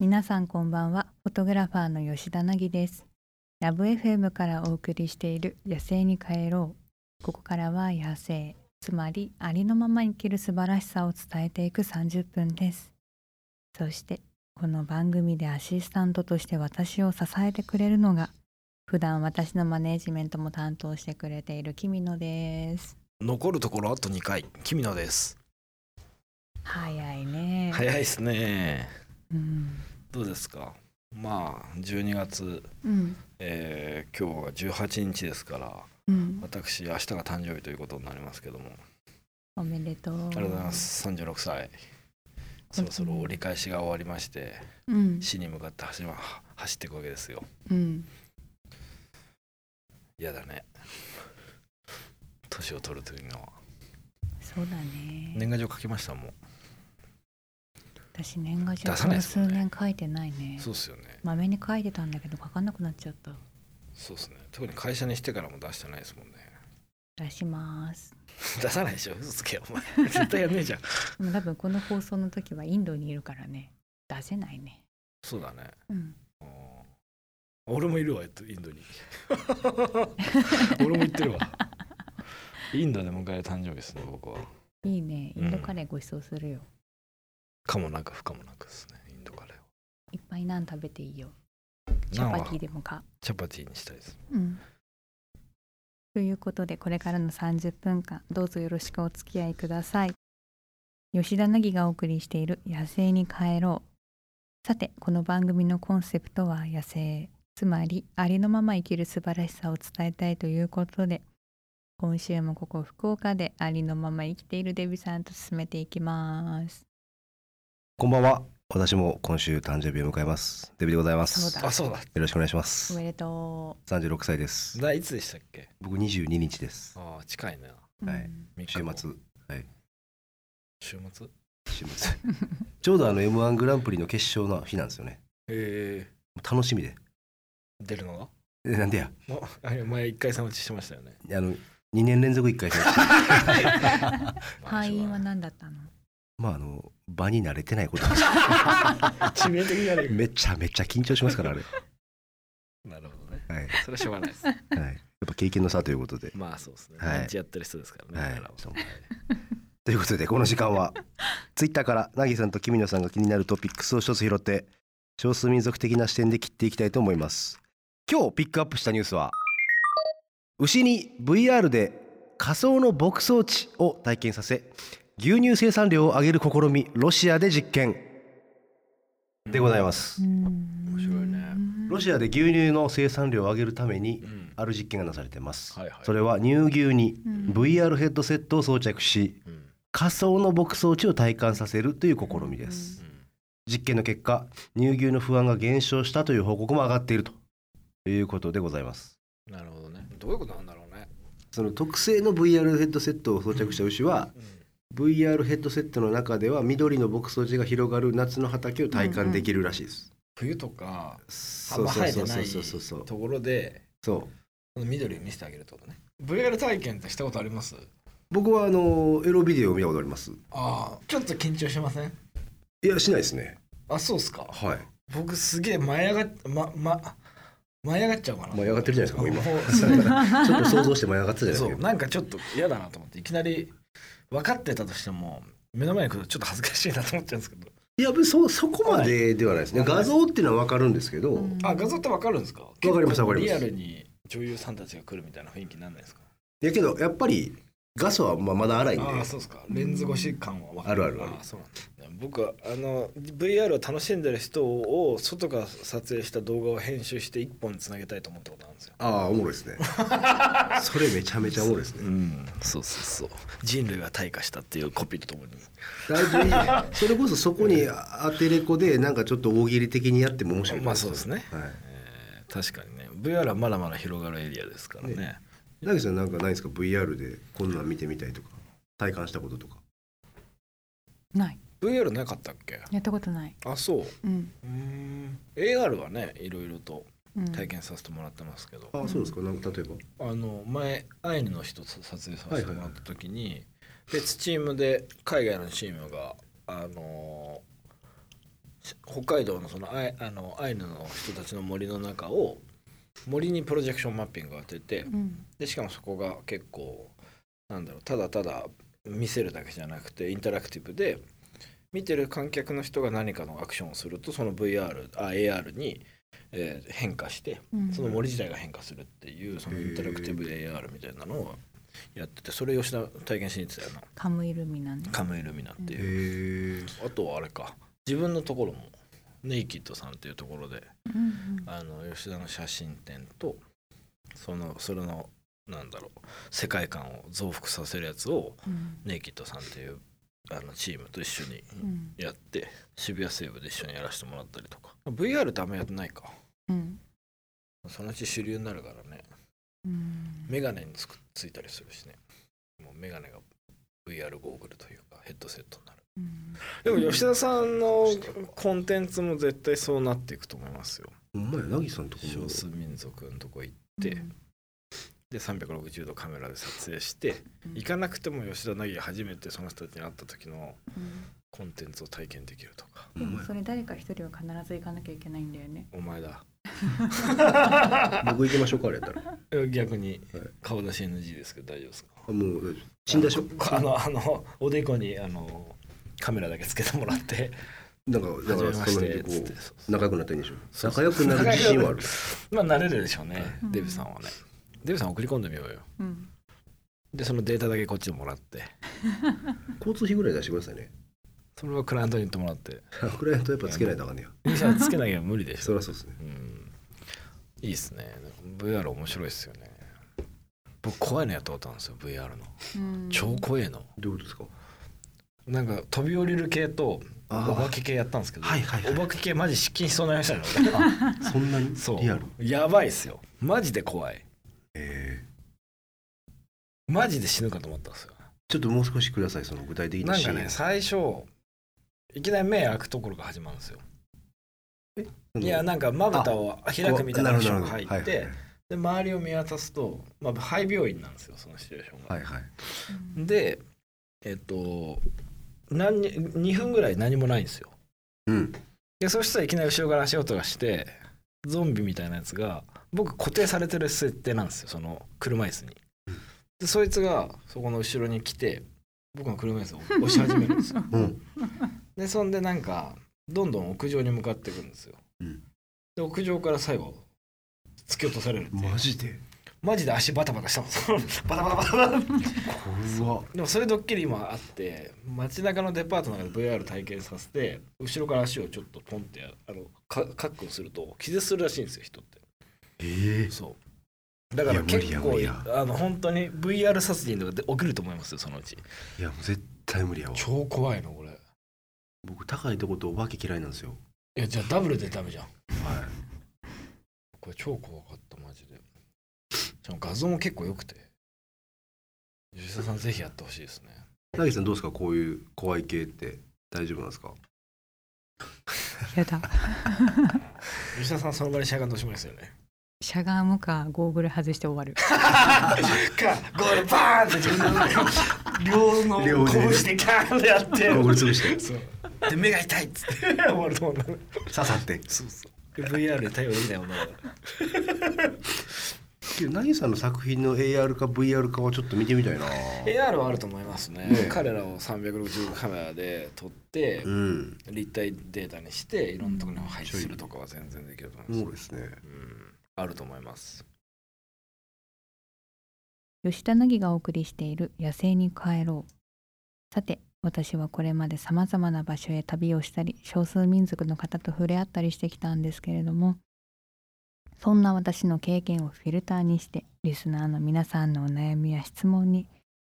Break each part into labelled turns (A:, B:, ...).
A: 皆さんこんばんはフォトグラファーの吉田凪ですラブ FM からお送りしている野生に帰ろうここからは野生つまりありのまま生きる素晴らしさを伝えていく30分ですそしてこの番組でアシスタントとして私を支えてくれるのが普段私のマネージメントも担当してくれている君野です
B: 残るところあと2回君野です
A: 早いね
B: 早いですね
A: うん
B: どうですかまあ12月、
A: うん
B: えー今日が18日ですから
A: うん
B: 私明日が誕生日ということになりますけども
A: おめでとうあ
B: ありがとうございます36歳そろそろ折り返しが終わりまして
A: うん
B: 死に向かって走,、ま、走っていくわけですよ
A: うん
B: 嫌だね年を取るというのは
A: そうだね
B: 年賀状書きましたもん
A: 私年賀状
B: 出さな
A: こ
B: いで
A: の
B: すも
A: 数
B: んね
A: 年書いてないね
B: そうっすよね
A: まめに書いてたんだけど書かなくなっちゃった
B: そうっすね特に会社にしてからも出してないですもんね
A: 出します
B: 出さないでしょ嘘つけよお 前絶対やんねえじゃん
A: でも多分この放送の時はインドにいるからね出せないね
B: そうだね。
A: うん
B: うん俺もいるわ、えっとインドに。俺も行ってるわ。インドで迎える誕生日ですね、僕は。
A: いいねイ
B: うん
A: ンドカレーご馳走するよ、
B: かもなく不可もなくですね、インドカレーを。
A: いっぱいナン食べていいよチャ
B: ナン
A: パ
B: は
A: ティでもか
B: チャパティにしたいです。
A: うんということでこれからの30分間どうぞよろしくお付き合いください吉田凪がお送りしている「野生に帰ろう」さてこの番組のコンセプトは野生つまりありのまま生きる素晴らしさを伝えたいということで今週もここ福岡でありのまま生きているデビさんと進めていきます
C: こんばんは。私も今週誕生日を迎えます。デビでございます。
A: そうだ
B: あ、そうだ。
C: よろしくお願いしま
A: お
C: す
A: め。でと
C: 三十六歳です。
B: だいつでしたっけ
C: 僕二十二日です。
B: ああ、近いな。
A: う、
C: はい
A: うん
B: 3日
C: 週
B: 後
C: 末。
B: 週末
C: 週 末。ちょうどあの M1 グランプリの決勝の日なんですよね。
B: え
C: 楽しみで。
B: ー、出るのが
C: えなんでや。
B: ああれ前一回戦落ちしてましたよね。
C: あの二年連続一回戦。
A: 敗因は
B: な
A: 何だったの
C: まああの場に慣れてないこと。
B: 致命的じゃねえか
C: めちゃめちゃ緊張しますからあれ。
B: なるほどね。
C: はい
B: それはしょう がないです。
C: はい。やっぱ経験の差ということで。
B: まあそうですね。
C: はい
B: ランチやってる人ですからね。
C: はい
B: 僕らは
C: そうということでこの時 間はツイッターからなぎさんと君野さんが気になるトピックスを一つ拾って少数民族的な視点で切っていきたいと思います今日ピックアップしたニュースは牛に VR で仮想の牧草地を体験させ牛乳生産量を上げる試みロシアで実験でございます、
A: 面
B: 白いね
C: ロシアで牛乳の生産量を上げるために
B: うん
C: ある実験がなされてます、
B: はいはい
C: それは乳牛に
A: うん
C: VR ヘッドセットを装着し
B: うん
C: 仮想の牧草地を体感させるという試みです、
B: うん
C: 実験の結果乳牛の不安が減少したという報告も上がっているということでございます
B: なるほどね。どういうことなんだろうね。
C: その特製の VR ヘッドセットを装着した牛は、VR ヘッドセットの中では緑の牧草地が広がる夏の畑を体感できるらしいです、
B: 冬とか、
C: そ
B: あん
C: う
B: ま
C: そ
B: 生えて
C: うそう
B: な
C: そう
B: い
C: そうそうそう
B: ところで、
C: そう
B: この緑を見せてあげるってことね。VR 体験ってしたことあります
C: 僕はあのエロビデオを見たことあります
B: ああ、ちょっと緊張しません
C: いやしないですね
B: あ、そうっすか。
C: はい
B: 僕すげえ舞い上がっ、ま、ま、舞い上がっちゃうかな。
C: 舞い上がってるじゃないですかも
B: 今。
C: う ちょっと想像しても上がってたじゃない
B: そ
C: で
B: う、
C: すか
B: なんかちょっと嫌だなと思って、いきなり分かってたとしても、目の前に来るとちょっと恥ずかしいなと思っちゃうんですけど。
C: いや そうそこまでではないですね
B: はい
C: 画像っていうのは分かるんですけど、
A: うん
B: あ、画像って分かるんですかわ
C: りますわかります
B: リアルに女優さんたちが来るみたいな雰囲気になんないですか
C: いやけどやっぱり画素はまあまだ荒いんで
B: ああそうですかレンズ越し感は分か
C: あるあるある
B: そうなんだ僕はあの VR を楽しんでる人を外から撮影した動画を編集して一本につなげたいと思ったことなんですよ
C: ああおもろいで すねそれめちゃめちゃおもろいですね
B: んそうそうそう人類が退化したっていうコピーとともに
C: だいぶいいそれこそそこにアテレコでなんかちょっと大喜利的にやっても面白い
B: まあそうですね、
C: はい
B: えー確かにね VR はまだまだ広がるエリアですからね
C: ねなぎさんなんかないですか VR でこんなん見てみたいとか体感したこととか
A: ない
B: VR なかったっけ
A: やったことない
B: あそう
A: うん、
B: うん AR はねいろいろと
A: うん、
B: 体験させてもらってますけど、
C: ああそうですかなんか例えば
B: あの前アイヌの人と撮影させてもらった時に、別チームで海外のチームがあのー北海道のそのアイあのアイヌの人たちの森の中を森にプロジェクションマッピングを当てて
A: うん
B: でしかもそこが結構なんだろうただただ見せるだけじゃなくてインタラクティブで見てる観客の人が何かのアクションをするとその VR あ AR に、えー変化して
A: うん
B: その森自体が変化するっていうそのインタラクティブ AR みたいなのをやっててそれ吉田体験しに行ってたよな
A: カムイルミナね
B: カムイルミナっていう、
C: え
B: あとはあれか自分のところもネイキッドさんっていうところで
A: うんうん
B: あの吉田の写真展とそのそれのなんだろう世界観を増幅させるやつを
A: うん
B: ネイキッドさんっていうあのチームと一緒に
A: うん
B: やって、渋谷西部で一緒にやらせてもらったりとか VR ってあんまやってないか
A: うん
B: そのうち主流になるからね
A: うん
B: メガネにつくついたりするしねもうメガネが VR ゴーグルというかヘッドセットになる
A: うん
B: でも吉田さんのコンテンツも絶対そうなっていくと思いますよ
C: ほんまやなぎさんのとこも
B: 少数民族のとこ行って、で360度カメラで撮影して、
A: うん
B: 行かなくても吉田凪が初めてその人たちに会った時の
A: うん
B: コンテンツを体験できるとか
A: でもそれ誰か一人は必ず行かなきゃいけないんだよね。
B: お前だ
C: 僕行きましょうかあれやったら
B: 逆に
C: はい
B: 顔出し NG ですけど大丈夫ですか
C: あもう大丈夫死んだしょ
B: あのあのおでこにあのカメラだけつけてもらって
C: なんか
B: 初
C: だか
B: め
C: ら
B: ま
C: そ
B: し
C: の
B: て
C: 辺で
B: っ
C: こ
B: つって
C: う
B: そう
C: 仲良くなったらいいんでしょ
B: そう
C: 仲良くなる自信はある
B: まあ慣れるでしょうね、
A: うん
B: デブさんはねデブさん送り込んでみようよ
A: うん。
B: でそのデータだけこっちでもらって
C: 交通費ぐらい出してくださいね
B: それはクライアントに言ってもらって
C: クライアントやっぱつけないとあかんねや
B: いやつけなきゃ無理でし
C: そ
B: ょ
C: りゃそうですね
B: うんいいっすね VR 面白いっすよね僕怖いのやったことあるんですよ VR の
A: うん
B: 超怖えの
C: どういうことですか
B: なんか飛び降りる系とお
C: あー
B: 化け系やったんですけど
C: はいはいはい
B: お化け系マジ失禁しそうになりましたね俺
C: あそんなに
B: そう
C: リアル
B: やばいっすよマジで怖い
C: えー
B: マジで死ぬかと思ったんですよ
C: ちょっともう少しくださいその具体的な
B: なん
C: シー
B: か
C: ン
B: ね最初いきなり目開くところが始まるんですよ
C: そ
B: い
C: の
B: やなんかまぶたを開くみたいな
C: こ
B: ア
C: う
B: クション
C: る
B: が
C: ほど
B: 入ってで周りを見渡すと、まあ、肺病院なんですよそのシチュエーションが、
C: はいはいはい
A: うん
B: でえっと何に2分ぐらい何もないんですよ
C: うん
B: でそしたらいきなり後ろから足音がしてゾンビみたいなやつが僕固定されてる設定なんですよその車椅子にでそいつがそこの後ろに来て僕の車椅子を押し始めるんですよ
C: うん
B: でそんでなんかどんどん屋上に向かっていくんですよ、
C: うん
B: で屋上から最後突き落とされるっていう
C: マジで
B: マジで足バタバタしたんですよバタバタバタバタ
C: 怖っ
B: でもそういうドッキリ今あって街中のデパートの中で VR 体験させて後ろから足をちょっとポンってやあのかカックンすると気絶するらしいんですよ人って
C: ええ
B: そうだから
C: いや無
B: 結
C: 理や
B: 構
C: 無理や
B: あの本当に VR 殺人とかで起きると思いますよそのうち
C: いやもう絶対無理やわ
B: 超怖いのこれい
C: 僕高いとことお化け嫌いなんですよ
B: やじゃあダブルでダメじゃん
C: は
B: これ超怖かったマジでしかも画像も結構良くて吉田さんぜひやってほしいですね
C: いなぎさんどうですかこういう怖い系って大丈夫なんですか
A: やだ。
B: 吉田さんその場にしゃがんでおしまいですよね
A: しゃがむかゴーグル外して終わる。
B: かゴールバーンって自分の両の
C: 両腕
B: 拳でキャーンってやって
C: ゴーグル潰して
B: そうで目が痛いっつって終わると思う
C: 刺さって
B: そうそう VR で対応できないものだから
C: けどなぎさんの作品の AR か VR かはちょっと見てみたいな
B: AR はあると思いますね
C: ね
B: 彼らを360度カメラで撮って
C: うん
B: 立体データにしていろんなところに配置するとかは全然できると
C: お
B: 思いま
C: もろいですね
B: す、うん、あると思います
A: 吉田凪がお送りしている野生に帰ろう。さて、私はこれまで様々な場所へ旅をしたり、少数民族の方と触れ合ったりしてきたんですけれども、そんな私の経験をフィルターにして、リスナーの皆さんのお悩みや質問に、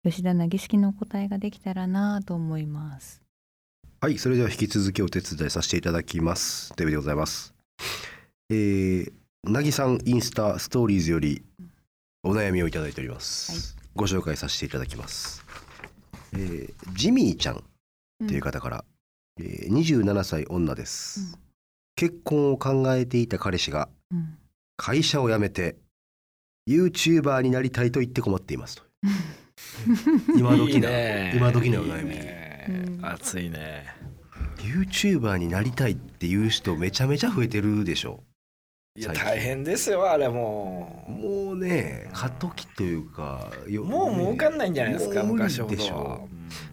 A: 吉田凪式のお答えができたらなぁと思います。
C: はい、それでは引き続きお手伝いさせていただきます。デビでございます。えー、なぎさんインスタストーリーズよりお悩みをいただいております。ご紹介させていただきます。えージミーちゃんっていう方から、えー27歳女です、
A: う
C: 結婚を考えていた彼氏が
A: うん。
C: 会社を辞めて YouTuber になりたいと言って困っていますと。 今時な今時なお悩み
B: いいね
A: うん
B: 熱いね
C: YouTuber になりたいっていう人めちゃめちゃ増えてるでしょ
B: いや
C: 最近
B: 大変ですよあれもう
C: もうね過渡期というかよ
B: もう儲かんないんじゃないですか、
C: もう無理
B: 昔ほど
C: でしょ
B: は。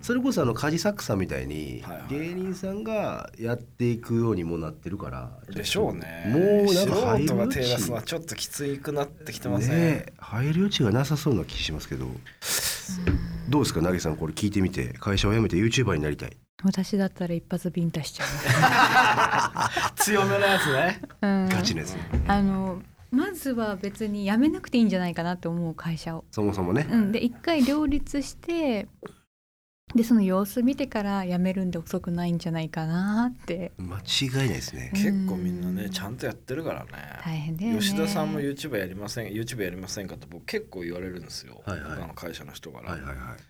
C: それこそあのカジサックさんみたいに
B: はいはい
C: 芸人さんがやっていくようにもなってるから
B: でしょうね。
C: もうなんか
B: 素人が手出
C: 入
B: す
C: る
B: の
C: う
B: は
C: ち
B: ちょっときついくなってきてません、
C: ねえ入る余地がなさそうな気しますけどどうですかなぎさんこれ聞いてみて会社を辞めて YouTuber になりたい
A: 私だったら一発ビンタしちゃ
B: 強めのやつね。
A: う、うん、
C: ガチのやつね
A: あのまずは別に辞めなくていいんじゃないかなと思う会社を、
C: そもそもね
A: うん、で一回両立してでその様子見てから辞めるんで遅くないんじゃないかなって
C: 間違いないですね
B: 結構みんなねちゃんとやってるからね。
A: 大変だよね
B: 吉田さんも YouTube やりません YouTube やりませんかって僕結構言われるんですよ、
C: はいはい
B: 他の会社の人から、
C: はいはいはい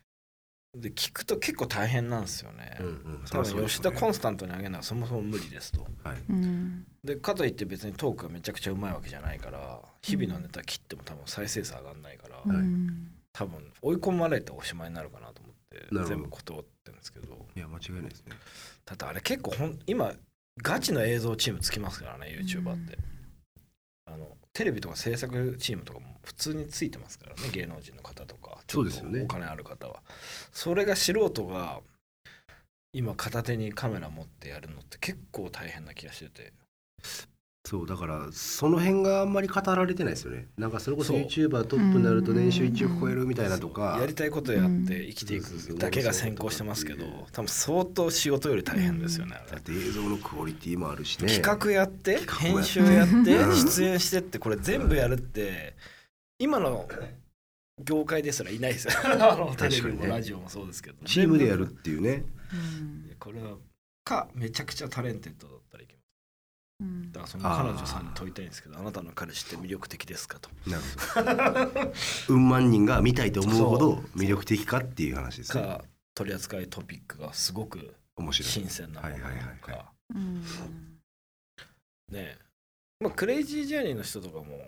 B: で聞くと結構大変なんですよね、
C: うんうんそ
B: 多
C: りゃそう
B: 分
C: です
B: 吉
C: よ
B: 田
C: ね
B: コンスタントに上げるのはそもそも無理ですと
C: はい
A: うん
B: でかといって別にトークがめちゃくちゃうまいわけじゃないから日々のネタ切っても多分再生数上がんないから、
A: う
C: はい
A: ん
B: 多分追い込まれておしまいになるかなと思
C: な
B: っ
C: るほど
B: て全部断ってるんですけど
C: いや間違いないですね
B: だってあれ結構ほん今ガチの映像チームつきますからね YouTuber って、あのテレビとか制作チームとかも普通についてますからね芸能人の方とかち
C: そ
B: ょ
C: う
B: っ
C: です
B: と
C: よね
B: お金ある方はそれが素人が今片手にカメラ持ってやるのって結構大変な気がしてて
C: そうだからその辺があんまり語られてないですよねなんかそれこそ
B: そう
C: YouTuber トップになると年収1億超えるみたいな
B: そ
C: とか
B: うやりたいことやって生きていくだけが先行してますけど多分相当仕事より大変ですよねあれ
C: だって映像のクオリティもあるしね
B: 企画やって
C: 企画
B: 編
C: も
B: 集
C: や
B: や
C: っ
B: ってて
C: うん
B: 出演してってこれ全部やるって今の業界ですらいないですよあのテレ
C: 確か
B: ビ
C: にね
B: もラジオもそうですけど
C: チームでやるっていうね
A: うん
B: いやこれはかめちゃくちゃタレンテッドだったらいけます
A: うん
B: だからその彼女さんに問いたいんですけどあなたの彼氏って魅力的ですかと
C: なる ほどうん万人が見たいと思うほど魅力的かっていう話ですね
B: か取り扱いトピックがすごく
C: 面白い
B: 新鮮なものな
C: はいはい
B: の
C: はいは
B: か
A: うん
B: ねまあクレイジージャーニーの人とかも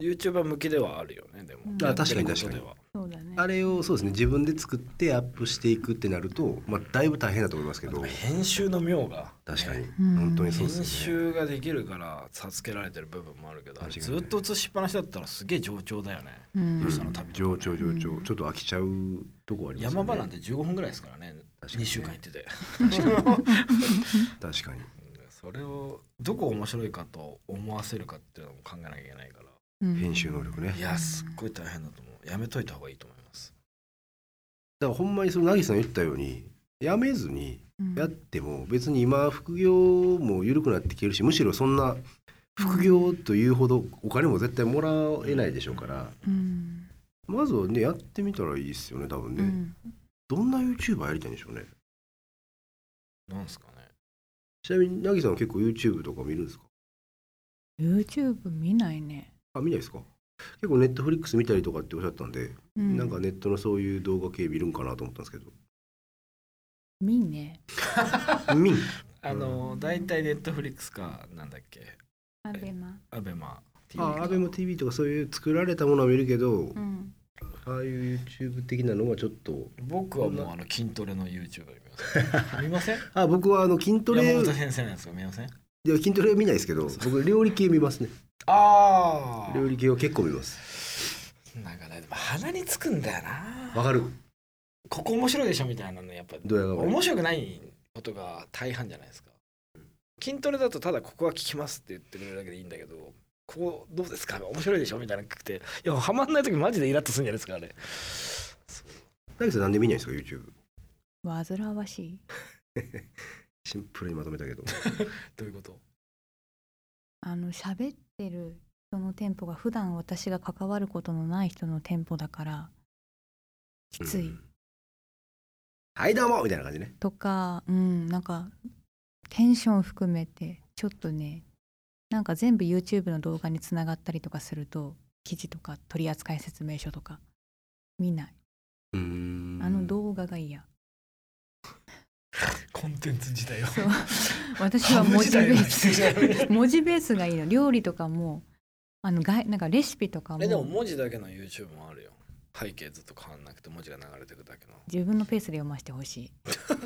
B: YouTuber 向きではあるよねでも
A: うんあ
C: 確かに
B: やってること
C: 確かに
B: では
A: そうだね
C: あれをそうですね自分で作ってアップしていくってなると、まあ、だいぶ大変だと思いますけど
B: 編集の妙が
C: 確かに
A: うん
C: 本当にそう
B: 編
C: ですよね
B: 集ができるから助けられてる部分もあるけどあれ
C: 間違いない
B: ずっと映しっぱなしだったらすげえ冗長だよね
A: うん
B: 編集の旅
C: 上長上長ちょっと飽きちゃうとこあります
B: 山
C: よね
B: 場なんて15分ぐらいですからね
C: 確か
B: 2
C: にね
B: 週間行ってて
C: 確かに
B: それをどこ面白いかと思わせるかっていうのも考えなきゃいけないか
A: うん
C: 編集能力ね
B: らいやすっごい大変だと思うやめといた方がいいと思います
C: だからほんまにその凪さん言ったようにやめずに
A: うん
C: やっても別に今副業も緩くなってきてるしむしろそんな副業というほどお金も絶対もらえないでしょうから
A: うん
C: まずはねやってみたらいいですよね多分ね、
A: うん
C: どんな YouTuber やりたいんでしょうね
B: なんですかね
C: ちなみに凪さんは結構 YouTube とか見るんですか
A: YouTube 見ないね
C: あ見ないですか結構 Netflix 見たりとかっておっしゃったんで、
A: う
C: なんかネットのそういう動画系見るんかなと思ったんですけど
A: 見ね
C: 見ん
B: あの大体ネットフリックスかなんだっけ
A: アベマ
B: アベマ TV
C: あ ABEMATV とかそういう作られたものは見るけど
A: うん
C: ああいう YouTube 的なのはちょっと
B: 僕はもうあの筋トレの YouTuber 見 ます見ません
C: あ僕はあの筋トレ
B: 山本先生のやつが見ません
C: いや筋トレは見ないですけど僕料理系見ますね
B: あ
C: 料理系は結構見ます
B: なんかねでも鼻につくんだよな
C: わかる
B: ここ面白いでしょみたいなのやっぱ
C: どうやら
B: 面白くないことが大半じゃないですか筋トレだとただここは効きますって言ってくれるだけでいいんだけどここどうですか面白いでしょみたいなの聞くていやハマんない時マジでイラッとするんじゃないですかあれ
C: 大さんなんで見ないんですか YouTube
A: 煩わしい
C: シンプルにまとめたけど
B: どういうこと
A: あの喋ってる人のテンポが普段私が関わることのない人のテンポだからきつい、
C: うんはいどうもみたいな感じね
A: とかうんなんかテンション含めてちょっとねなんか全部 YouTube の動画につながったりとかすると記事とか取扱説明書とか見ない
C: うん
A: あの動画が 嫌、
B: コンテンツ自体を
A: そう私は文字ベース
B: ハム自体を否定しない
A: 文字ベースがいいの料理とかもあのがいなんかレシピとかも
B: えでも文字だけの YouTube もあるよ背景ずっと変わんなくて文字が流れてくだけ の
A: 自分のペースで読ませてほし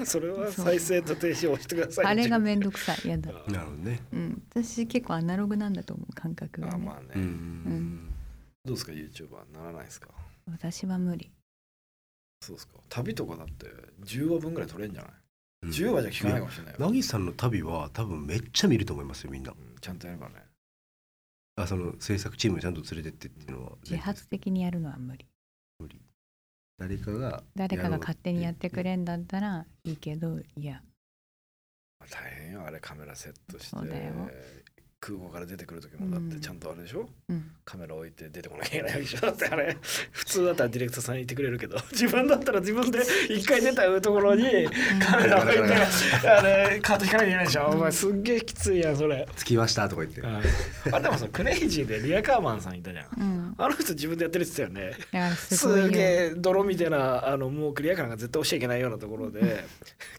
A: い
B: それは再生と停止を押してください
A: あれがめんどくさいやだ、
C: なるほどね。
A: うん、私結構アナログなんだと思う感覚が、ね
B: あまあね、
C: うん
B: どうですか YouTuber ならないですか
A: 私は無理
B: そうですか旅とかだって10話分ぐらい取れんじゃない、
C: うん
B: 10話じゃ聞かないかもしれないよ
C: やなぎさんの旅は多分めっちゃ見ると思いますよみんな
B: うんちゃんとやればね
C: あその制作チームちゃんと連れてってっていうのは
A: 自発的にやるのは無理
C: 誰かが
A: 誰かが勝手にやってく
C: や
A: れんだったらいいけどいや
B: まあ大変よあれカメラセットして
A: そうだよ
B: 空港から出てくる時もだってちゃんとあれでしょ、
A: うん
B: カメラ置いて出てこなきゃいけないわけでしょだってあれ普通だったらディレクターさんいてくれるけど 自分だったら自分で一回出たとこ ろにカメラ置いて あれカート引かなきゃいけないでしょお前すっげえきついやんそれ
C: 着きましたとか言って
B: あれでもさクレイジーでリアカーマンさんいたじゃん
A: うん、だ
B: あの人自分でやってるって言ってたよね
A: からす
B: す
A: ごいよ
B: げえ泥みたいなあのもうクリアカーが絶対押しちゃいけないようなとこ ろで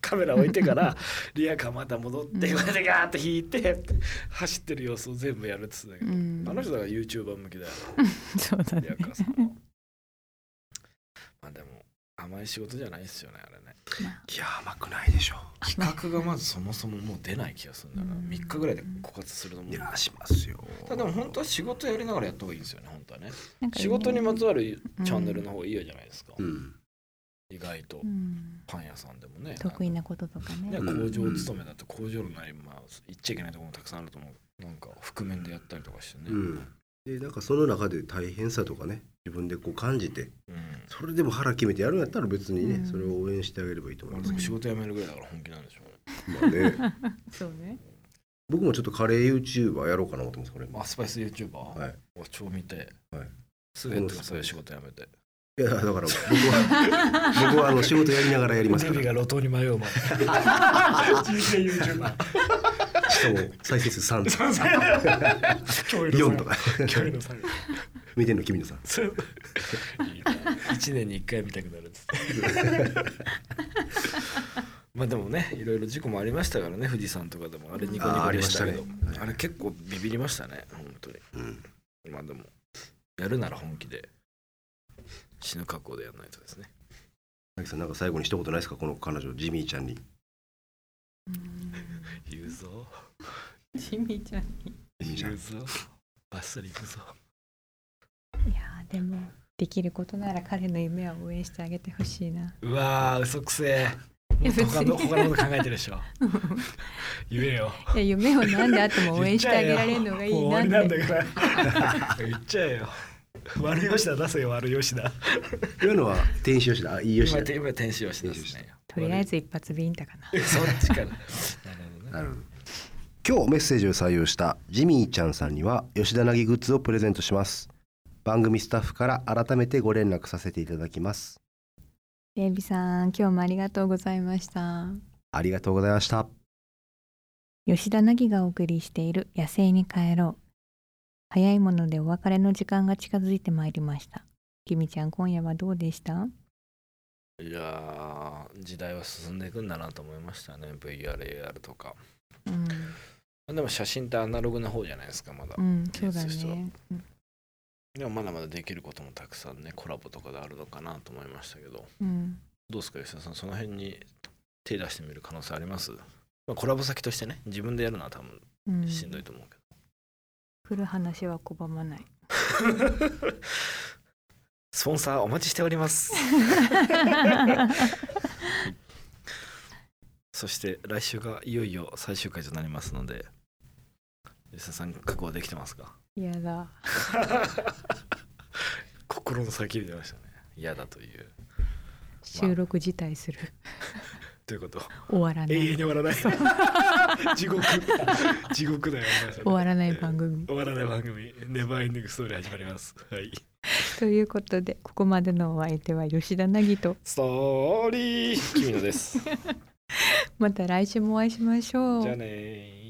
B: カメラ置いてからリアカーまた戻って
A: うん
B: こうやってガーッと引いて走ってる様子を全部やるって言ってた
A: う
B: けど、
A: ん
B: あの人だから YouTuber 向きだよ
A: そうだ
B: リア
A: ね
B: カーさんはまあでも甘い仕事じゃないですよねあれね
C: いや甘くないでしょ
B: 企画がまずそもそももう出ない気がするんだよな
A: うん
B: 3日ぐらいで枯渇すると思う
C: いやしますよ
B: ただでも本当は仕事やりながらやった方がいいんですよね本当はね
A: なんかね
B: 仕事にまつわるチャンネルの方がいいじゃないですか、
C: うん
B: 意外と
A: うん
B: パン屋さんでもね
A: 得意なこととか
B: ね、
A: ね
C: うん
B: 工場勤めだって工場のない、まあ、言っちゃいけないところもたくさんあると思うなんか覆面でやったりとかしてね、
C: うんでなんかその中で大変さとかね自分でこう感じて
B: うん
C: それでも腹決めてやるんやったら別にね、
A: うん
C: それを応援してあげればいいと思い
B: 俺
C: ま、
B: ですも仕事辞めるぐらいだから本気なんでしょうね
C: まあね
A: そうね
C: 僕もちょっとカレー YouTuber やろうかなと思ってますこれ
B: あスパイス YouTuber、
C: はい
B: お超見て、
C: はい
B: すぐやってくださいよ仕事辞めて
C: いやだから僕 は僕はあの仕事やりながらやります
B: デ
C: か
B: ビ
C: ら
B: が
C: し
B: 路頭に迷うま人生 YouTuber
C: かも再生数3とか
B: 驚異の
C: 4とか
B: 驚異の差が
C: 見てんの君野さん
B: そういいな1年に1回見た くなるっつって まあでもねいろいろ事故もありましたからね富士山とかでもあれニコニコでしたけど
C: あーありま
B: あ,、
C: したね
B: れ結構ビビりましたね本当に
C: うん
B: まあでもやるなら本気で死ぬ覚悟でやらないとですね
C: なぎさんなんか最後に一言ないですかこの彼女ジミーちゃんに
B: 言うぞ
A: ジミーちゃんに
C: ジミーちゃ
B: 言うんぞバッサリ行くぞ
A: いやーでもできることなら彼の夢は応援してあげてほしいな
B: うわー嘘くせえ
A: い
B: も
A: や
B: っと他の
A: 別に
B: 他のこと考えてるでし ょ言えよ
A: いや夢を何であっても応援してあげられるのがいいなって
B: 言っちゃえよもう終わりなんだから言っちゃえよ悪い吉田出せよ悪い吉田
C: 今のは天使吉田あいい吉
B: 今
C: 田
B: 今天使吉田ですね
A: とりあえず一発ビンタかな
B: 悪いそっちからなるほど
C: な
B: ね
C: るほど今日メッセージを採用したジミーちゃんさんには吉田凪グッズをプレゼントします番組スタッフから改めてご連絡させていただきます
A: デイビさん今日もありがとうございました
C: ありがとうございました
A: 吉田凪がお送りしている野生に帰ろう早いものでお別れの時間が近づいてまいりましたきみちゃん今夜はどうでした
B: いやー時代は進んでいくんだなと思いましたね VRAR とか
A: うん、
B: でも写真ってアナログな方じゃないですかまだ、
A: うん、そうだ
B: そうそう
A: ね
B: でもまだまだできることもたくさんねコラボとかであるのかなと思いましたけど
A: うん、
B: どうですか吉田さんその辺に手出してみる可能性あります、まあ、コラボ先としてね自分でやるのは多分
A: うん、
B: しんどいと思うけど、
A: 来る話は拒まない
B: スポンサーお待ちしております そして来週がいよいよ最終回となりますので吉田さん覚悟はできてますか
A: やだ
B: 心の叫び出ましたね嫌だという
A: 収録自体する
B: ということ
A: 終わらな
B: 永遠
A: い
B: に終わらない 地獄地獄だよ
A: 終わらない番組
B: 終わらない番組ネバーエンディングストーリー始まりますはい
A: ということでここまでのお相手は吉田凪と
B: ストーリー君のですじ
A: また来週もお会いしましょう
B: ゃあねー